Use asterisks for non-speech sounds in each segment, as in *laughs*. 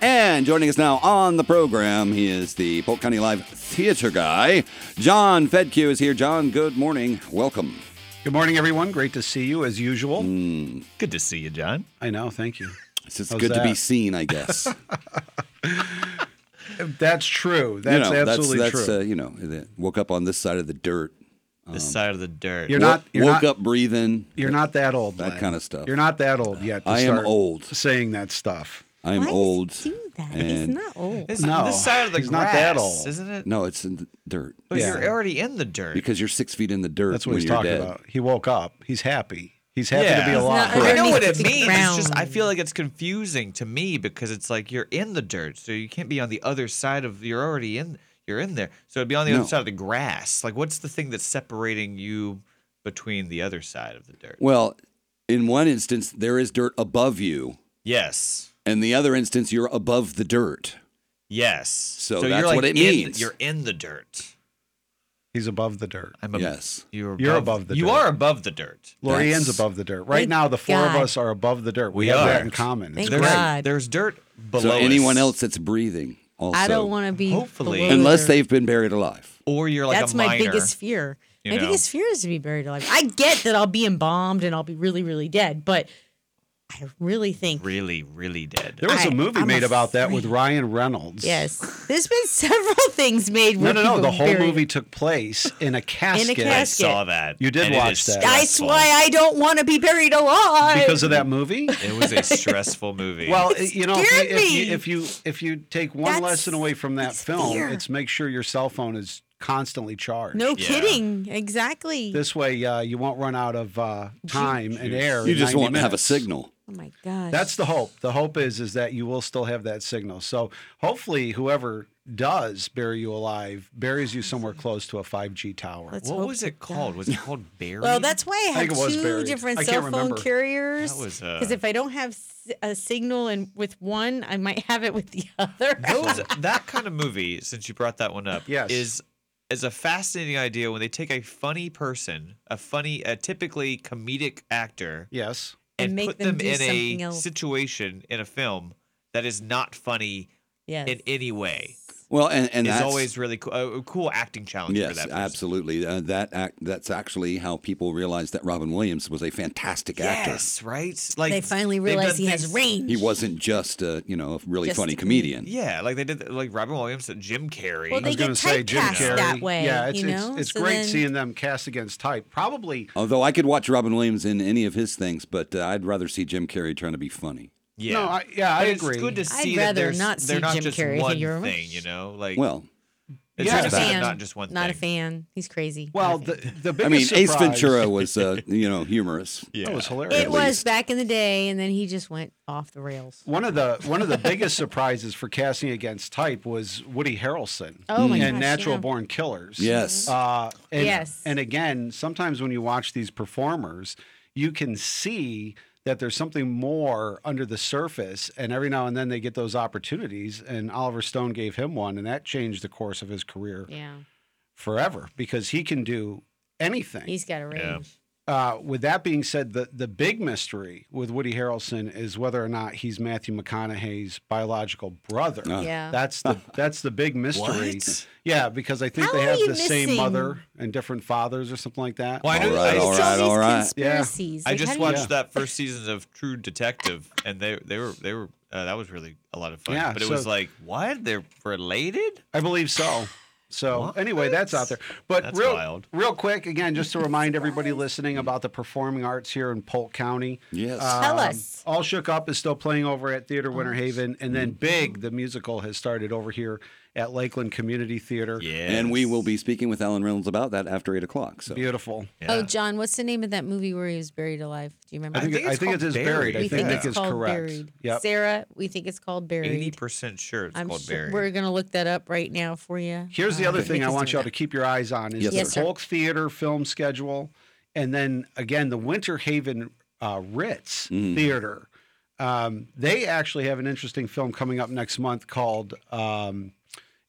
And joining us now on the program, he is the Polk County Live Theater guy. John Fedke is here. John, good morning. Welcome. Good morning, everyone. Great to see you as usual. Good to see you, John. I know. Thank you. It's just How's good to be that? seen, I *laughs* guess. That's true. you That's know, absolutely that's, that's, true. Uh, you know, that woke up on this side of the dirt. This side of the dirt. You're Wo- not- you're woke not- up breathing. You're not that old. That Glenn. kind of stuff. You're not that old yet. To I am start old. Saying that stuff. I'm Why does he old. Do that. He's and- not old. This, No, this side of the he's grass, not that old. isn't it? No, it's in the dirt. But Yeah. you're already in the dirt. Because you're six feet in the dirt That's what when he's you're talking dead. about. He woke up. He's happy. He's happy to be Yeah. He's alive. not I know what it underneath the means. It's just I ground. feel like it's confusing to me because it's like you're in the dirt, so you can't be on the other side of. You're already in. You're in there, so it'd be on the No. other side of the grass. Like, what's the thing that's separating you between the other side of the dirt? Well, in one instance, there is dirt above you, Yes, and the other instance, you're above the dirt. yes. So you're that's like what it in the- means. you're in the dirt. He's above the dirt. I'm ab- Yes. You're above, You're above the You dirt. are above the dirt. Lori Ann's That's- above the dirt. Right Thank now, the four of God. us are above the dirt. We, We have are. that in common. It's Thank great. There's, God. there's dirt below. so anyone us. else that's breathing also. I don't want to be. Hopefully. below Unless the- they've been buried alive. or you're like That's a my miner. biggest fear. you My know? biggest fear is to be buried alive. I get that I'll be embalmed and I'll be really, really dead, but I really think Really, really dead. There was a I- movie I'm made about that with afraid. Ryan Reynolds. yes, there's been several things made. No, where no, no. people The whole buried- movie took place in a casket. I casket. saw that. You did and it watch is that. That's stressful. why I don't want to be buried alive. Because of that movie? It was *laughs* a stressful movie. Well, you know, if scared you, if, you, me. if you if you take one That's- lesson away from that that's film, fear. it's make sure your cell phone is constantly charged. no Yeah. kidding, exactly. This way, uh, you won't run out of uh, time and air. You in just 90 won't have a minutes. signal. oh my gosh, That's the hope. The hope is is that you will still have that signal. So hopefully, whoever does bury you alive buries you somewhere close to a 5G tower. Let's what hope was it to called? God. *laughs* Was it called Buried? Well, that's why I I have think it was two buried. different I can't cell phone remember. carriers. That was, uh, because if I don't have s- a signal and with one, I might have it with the *laughs* other. Those, that kind of movie. Since you brought that one up, Yes. is is a fascinating idea when they take a funny person, a funny, a typically comedic actor, Yes. And make put them them, do in a something else. situation in a film that is not funny yes. in any way. Well, and, and is that's always really cool. A a cool acting challenge for Yes, that. person. absolutely. Uh, that act, that's actually how people realized that Robin Williams was a fantastic actor. Yes, right. Like they finally they've realize done he has things- range. He wasn't just a you know a really Just funny a comedian. comedian. Yeah, like they did, like Robin Williams, and Jim Carrey. Well, I was They get going to say Jim typecast Carrey. that way, yeah, it's you know? it's, it's So great then- seeing them cast against type. Probably Although I could watch Robin Williams in any of his things, but uh, I'd rather see Jim Carrey trying to be funny. yeah, No, I- yeah, I But it's agree. good to I'd see that rather there's- not they're see not Jim just Carrey, one you're right. thing, you know. Like Well, it's Yeah. good not, a to see fan. that not just one Not a thing. fan. He's crazy. Well, Not a the, fan. the I biggest mean, Ace surprise- *laughs* Ventura was uh, you know humorous. Yeah. That was hilarious. it at was least. back in the day, and then he just went off the rails. One of the one of the biggest surprises for casting against type was Woody Harrelson Oh my and gosh, Natural yeah. Born Killers. Yes. Uh, and, Yes. And again, sometimes when you watch these performers, you can see that there's something more under the surface, and every now and then they get those opportunities. And Oliver Stone gave him one, and that changed the course of his career Yeah, forever because he can do anything. he's got a range. Yeah. Uh, with that being said, the, the big mystery with Woody Harrelson is whether or not he's Matthew McConaughey's biological brother. Uh, Yeah. That's the that's the big mystery. What? Yeah, because I think How they are have the you same missing- mother and different fathers or something like that. Well, I All knew- right, I- all It's right, all right. Yeah. Conspiracies. I Like, how just do you- watched that first season of True Detective, and they they were they were uh, that was really a lot of fun. Yeah, but it so- was like what they're related. I believe so. So What? anyway, that's out there. But That's real, wild. real quick, again, just to remind everybody listening about the performing arts here in Polk County. Yes. Uh, Tell us. Um, Oh, mm-hmm. All Shook Up is still playing over at Theater Winter Haven, and then Big, the musical, has started over here at Lakeland Community Theater. Yeah, And we will be speaking with Alan Reynolds about that after eight o'clock. So Beautiful. Oh, Yeah. John, what's the name of that movie where he was buried alive? Do you remember? I think, think I it's think it called is Buried. buried. I we We think think Nick it's is called correct. buried. Yep. Sarah, we think it's called buried. eighty percent sure it's I'm called sure Barry. we're gonna look that up right now for you. Here's the Uh, other thing I because want we're y'all to keep your eyes on is Yes, the Yes, sir. Polk Theater film schedule, and then again the Winter Haven uh, Ritz Theater. Um, they actually have an interesting film coming up next month called um,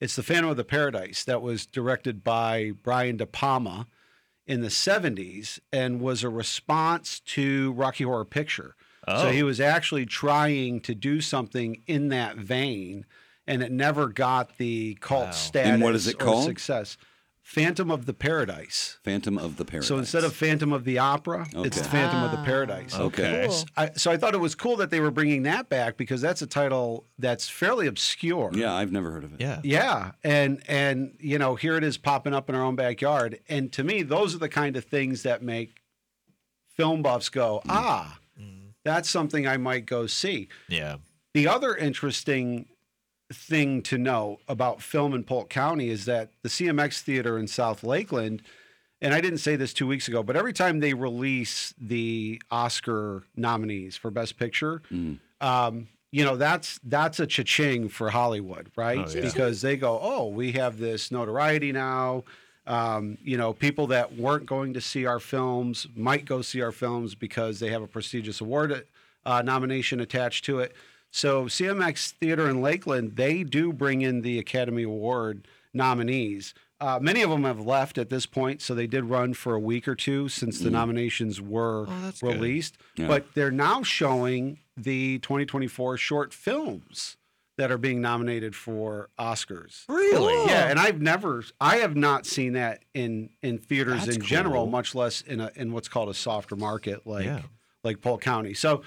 "It's the Phantom of the Paradise" that was directed by Brian De Palma in the 70s and was a response to Rocky Horror Picture. So Oh. he was actually trying to do something in that vein, and it never got the cult Wow. status And what is it or called? success. Phantom of the Paradise. Phantom of the Paradise. So instead of Phantom of the Opera, it's Okay. Oh. Phantom of the Paradise. Okay. Cool. I, so I thought it was cool that they were bringing that back because that's a title that's fairly obscure. Yeah, I've never heard of it. Yeah. Yeah, and and you know here it is popping up in our own backyard, and to me those are the kind of things that make film buffs go ah, that's something I might go see. Yeah. The other interesting thing to know about film in Polk County is that the CMX Theater in South Lakeland, and I didn't say this two weeks ago, but every time they release the Oscar nominees for Best Picture, um, you know that's that's a cha-ching for Hollywood, right? Oh, yeah. Because they go, oh, we have this notoriety now. Um, you know, people that weren't going to see our films might go see our films because they have a prestigious award uh, nomination attached to it. So CMX Theater in Lakeland, they do bring in the Academy Award nominees. Uh, many of them have left at this point, so they did run for a week or two since the nominations were Mm. Oh, that's good. released. Yeah. But they're now showing the 2024 short films that are being nominated for Oscars. Really? Cool. Yeah, and I've never, I have not seen that in in theaters That's in general, cool. much less in a in what's called a softer market like Yeah. like Polk County. So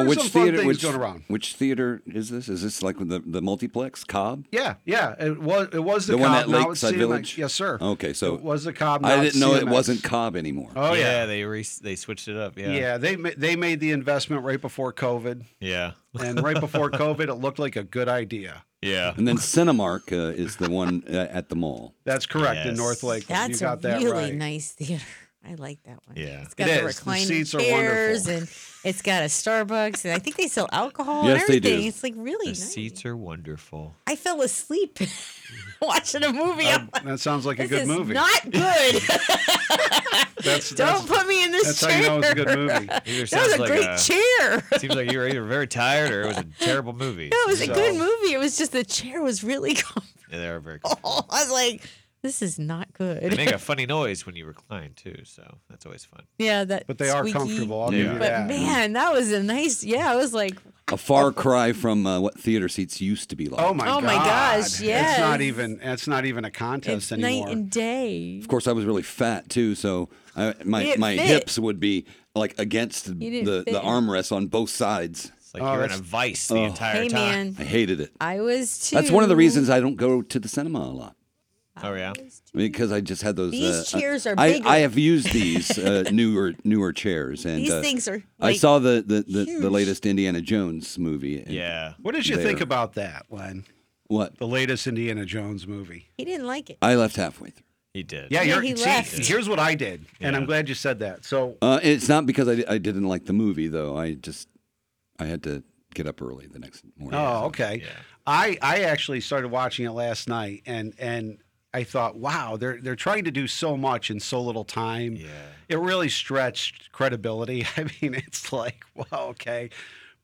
So are which some fun theater? things Which, going around. which theater is this? Is this like the the multiplex Cobb? Yeah, yeah, it was it was the, The one Cobb, at now it's Lakeside CMX. Village? Yes, sir. Okay, so it was the Cobb. now I it's didn't know it CMX. wasn't Cobb anymore. Oh yeah. yeah. They re- they switched it up. Yeah. they ma- they made the investment right before COVID, Yeah. and right before COVID, it looked like a good idea. Yeah. And then Cinemark uh, is the one uh, at the mall. That's correct in Yes. North Lakeland. you That's got a that really right. nice theater. *laughs* I like that one. Yeah. it's got It the is. The reclining seats are chairs, wonderful. and it's got a Starbucks, and I think they sell alcohol and Yes, they everything. do. It's like really The nice. seats are wonderful. I fell asleep *laughs* watching a movie. I'm like, That sounds like a this good is movie. *laughs* not good. that's, *laughs* that's, Don't put me in that's this chair. how you know it's a good movie. Either That was sounds a like great a- chair. *laughs* Seems like you were either very tired or it was a terrible movie. No, it was a So- good movie. It was just the chair was really *laughs* comfortable. Yeah, they are very. I was like, this is not They good. make a funny noise when you recline too, so that's always fun. *laughs* Yeah, that. But they are squeaky- comfortable. I'll give Yeah. you But that. man, that was a nice. Yeah, I was like, A far cry from uh, what theater seats used to be like. oh my Oh my God. gosh, It's not yes. even it's not even a contest it's anymore. night and day. Of course, I was really fat too, so I, my didn't my fit. hips would be like against didn't the, fit. the armrests on both sides. It's like Oh, you're in a that's- vice the entire Hey time. man, I hated it. I was too. That's one of the reasons I don't go to the cinema a lot Oh yeah. because I just had those. These uh, chairs are I, bigger. I have used these *laughs* uh, newer newer chairs, and These uh, things are. I like- saw the the, the, the huge. latest Indiana Jones movie. and- Yeah. what did you There. think about that, Len? What? The latest Indiana Jones movie. He didn't like it. I left halfway through. He did. Yeah, Yeah, you're, he see, left. here's what I did, and I'm Yeah. glad you said that. So Uh, and it's not because I, I didn't like the movie though. I just I had to get up early the next morning. Oh, okay. yeah. I I actually started watching it last night, and and I thought, wow, they're they're trying to do so much in so little time. Yeah. It really stretched credibility. *laughs* I mean, it's like, wow, okay.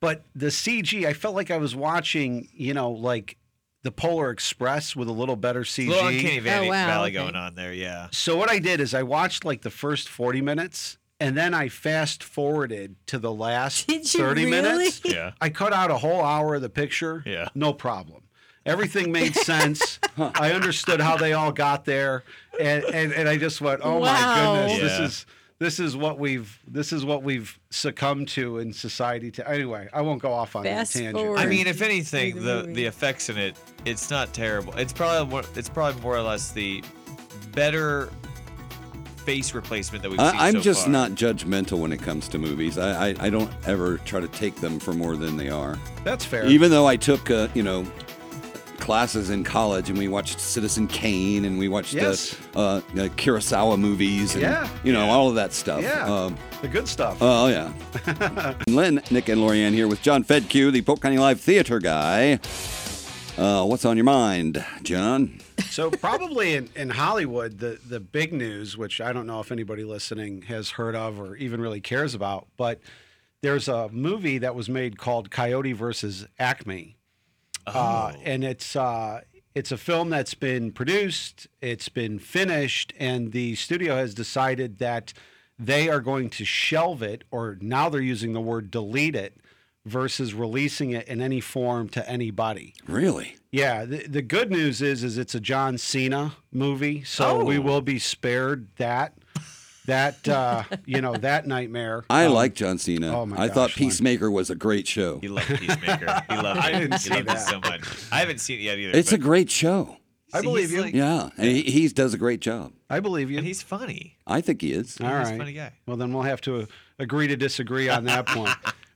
But the CG, I felt like I was watching, you know, like the Polar Express with a little better CG. Little uncanny valley, Oh, wow, valley okay. going on there. Yeah. So what I did is I watched like the first 40 minutes and then I fast forwarded to the last Did you 30 minutes. really? Yeah. I cut out a whole hour of the picture. Yeah. No problem. Everything made *laughs* sense. I understood how they all got there. And and, and I just went, oh Wow. my goodness, this Yeah. is this is what we've this is what we've succumbed to in society. To anyway, I won't go off on Fast that tangent. forward. I mean, Right. if anything, the the movie. the effects in it, it's not terrible. It's probably more, it's probably more or less the better face replacement that we've seen. I, I'm so just far. not judgmental when it comes to movies. I, I, I don't ever try to take them for more than they are. that's fair. Even though I took, uh, you know, classes in college and we watched Citizen Kane and we watched Yes. uh, uh, uh, Kurosawa movies and, Yeah. you know, all of that stuff. yeah. Um, the good stuff. Oh, yeah. *laughs* Len, Nick, and Lorianne here with John Fedke, the Polk County Live Theater guy. Uh, what's on your mind, John? So probably in, in Hollywood, the the big news, which I don't know if anybody listening has heard of or even really cares about, but there's a movie that was made called Coyote versus Acme, uh, and it's uh, it's a film that's been produced, it's been finished, and the studio has decided that they are going to shelve it, or now they're using the word delete it versus releasing it in any form to anybody. Really? Yeah, the, the good news is is it's a John Cena movie, so Oh. we will be spared that that uh, you know that nightmare. *laughs* I Um, like John Cena. oh my I thought gosh, Lon. Peacemaker was a great show. He loved Peacemaker. He loved it. I didn't he see loved it that. so much. I haven't seen it yet either. It's a but great show. I believe he's you. like- Yeah, and he, he does a great job. I believe you. And he's funny. I think he is. All he's a right. funny guy. Well, then we'll have to uh, agree to disagree on that *laughs* point.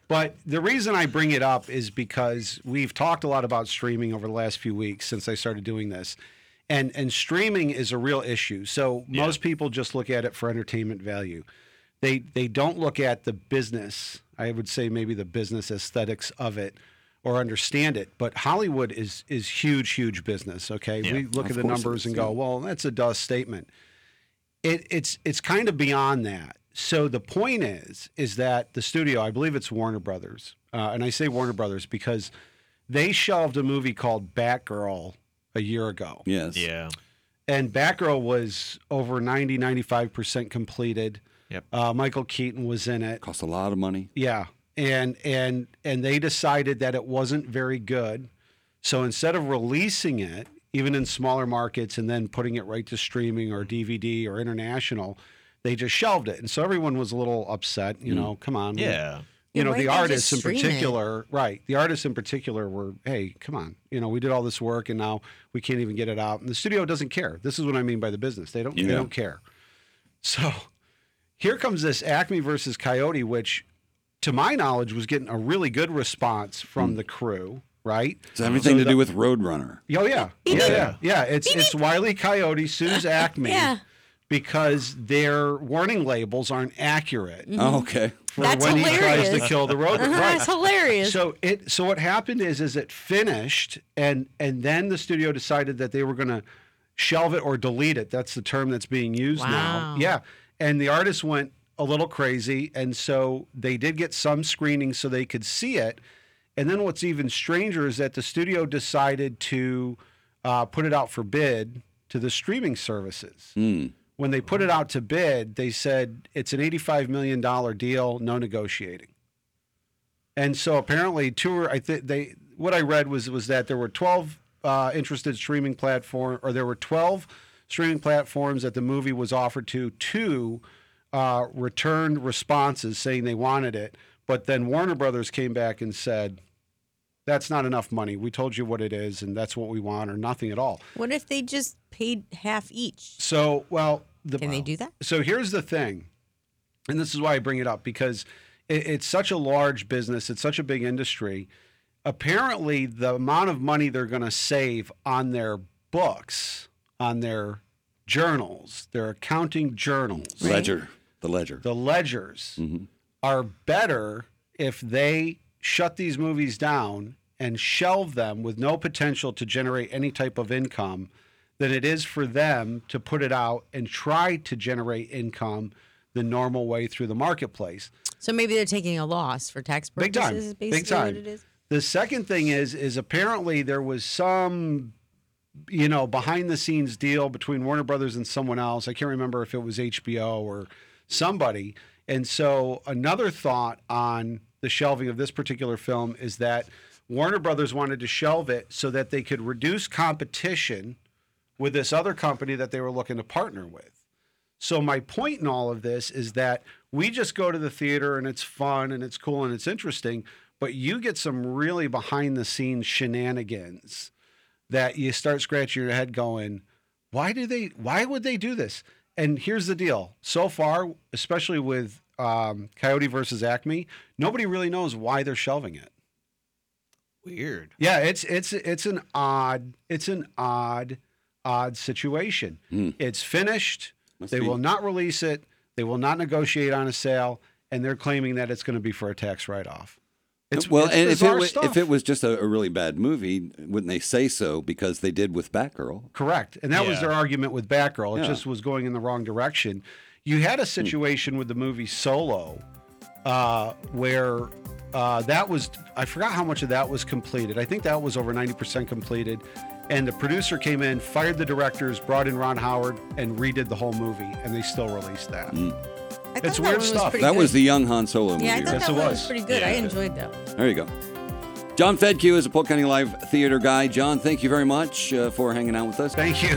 But the reason I bring it up is because we've talked a lot about streaming over the last few weeks since I started doing this. And and streaming is a real issue. So most people just look at it for entertainment value. They they don't look at the business, I would say maybe the business aesthetics of it or understand it. But Hollywood is is huge huge business, okay? Yeah. we look Of at the course it numbers is, and yeah. go, "Well, that's a dust statement." it, it's it's kind of beyond that. So the point is, is that the studio, I believe it's Warner Brothers, uh, and I say Warner Brothers because they shelved a movie called Batgirl a year ago, Yes. Yeah. and Batgirl was over 90, 95 percent completed. Yep. Uh, Michael Keaton was in it. Cost a lot of money. Yeah, and and and they decided that it wasn't very good, so instead of releasing it even in smaller markets and then putting it right to streaming or DVD or international, they just shelved it, and so everyone was a little upset. You know, come on, we- Mm. Yeah. You Well, know, why the didn't they artists just in stream it? particular, right? The artists in particular were, hey, come on, you know, we did all this work and now we can't even get it out, and the studio doesn't care. This is what I mean by the business; they don't, Yeah. they don't care. So here comes this Acme versus Coyote, which, to my knowledge, was getting a really good response Hmm. from the crew, right? It's everything So to the- do with Roadrunner. Oh yeah, yeah, yeah, yeah. It's it's Wiley Coyote sues Acme *laughs* Yeah. because their warning labels aren't accurate Mm-hmm. Oh, okay. for Mm, That's when he tries hilarious. to kill the *laughs* road. Uh-huh, right. That's hilarious. So it so what happened is is it finished and and then the studio decided that they were going to shelve it or delete it. That's the term that's being used now. Wow. Yeah. And the artists went a little crazy and so they did get some screening so they could see it. And then what's even stranger is that the studio decided to uh, put it out for bid to the streaming services. Hmm. When they put it out to bid, they said it's an $85 million deal, no negotiating. And so apparently, two or I think they what I read was was that there were twelve uh, interested streaming platform, or there were twelve streaming platforms that the movie was offered to. Two uh, returned responses saying they wanted it, but then Warner Brothers came back and said, "That's not enough money. We told you what it is, and that's what we want, or nothing at all." what if they just paid half each? So, well, the Can they do that? so here's the thing, and this is why I bring it up because it, it's such a large business, it's such a big industry. Apparently, the amount of money they're going to save on their books, on their journals, their accounting journals, Right. Ledger. The Ledger. the ledgers are better if they shut these movies down and shelve them with no potential to generate any type of income than it is for them to put it out and try to generate income the normal way through the marketplace. So maybe they're taking a loss for tax purposes. Big time. Is basically Big time. What it is. The second thing is is apparently there was some you know behind the scenes deal between Warner Brothers and someone else. I can't remember if it was HBO or somebody. And so another thought on the shelving of this particular film is that Warner Brothers wanted to shelve it so that they could reduce competition with this other company that they were looking to partner with. So my point in all of this is that we just go to the theater and it's fun and it's cool and it's interesting, but you get some really behind the scenes shenanigans that you start scratching your head going, why do they why would they do this? And here's the deal. So far, especially with um, Coyote versus Acme, nobody really knows why they're shelving it. Weird. Yeah, it's it's it's an odd it's an odd odd situation. Hmm. It's finished. Must they be- will not release it. They will not negotiate on a sale, and they're claiming that it's going to be for a tax write-off. It's well, it's and if it, bizarre was, stuff. if it was just a, a really bad movie, wouldn't they say so? Because they did with Batgirl. correct, and that was Yeah. their argument with Batgirl, it Yeah. just was going in the wrong direction. You had a situation with the movie Solo, uh, where uh, that was I forgot how much of that was completed. I think that was over 90% completed. And the producer came in, fired the directors, brought in Ron Howard, and redid the whole movie, and they still released that. I thought It's that weird one stuff. Was pretty That good. was the young Han Solo movie. Yeah, I thought right? Yes, that it one was. was pretty good. I Yeah. enjoyed that. one. There you go. John Fedke is a Polk County Live theater guy. John, thank you very much uh, for hanging out with us. Thank you.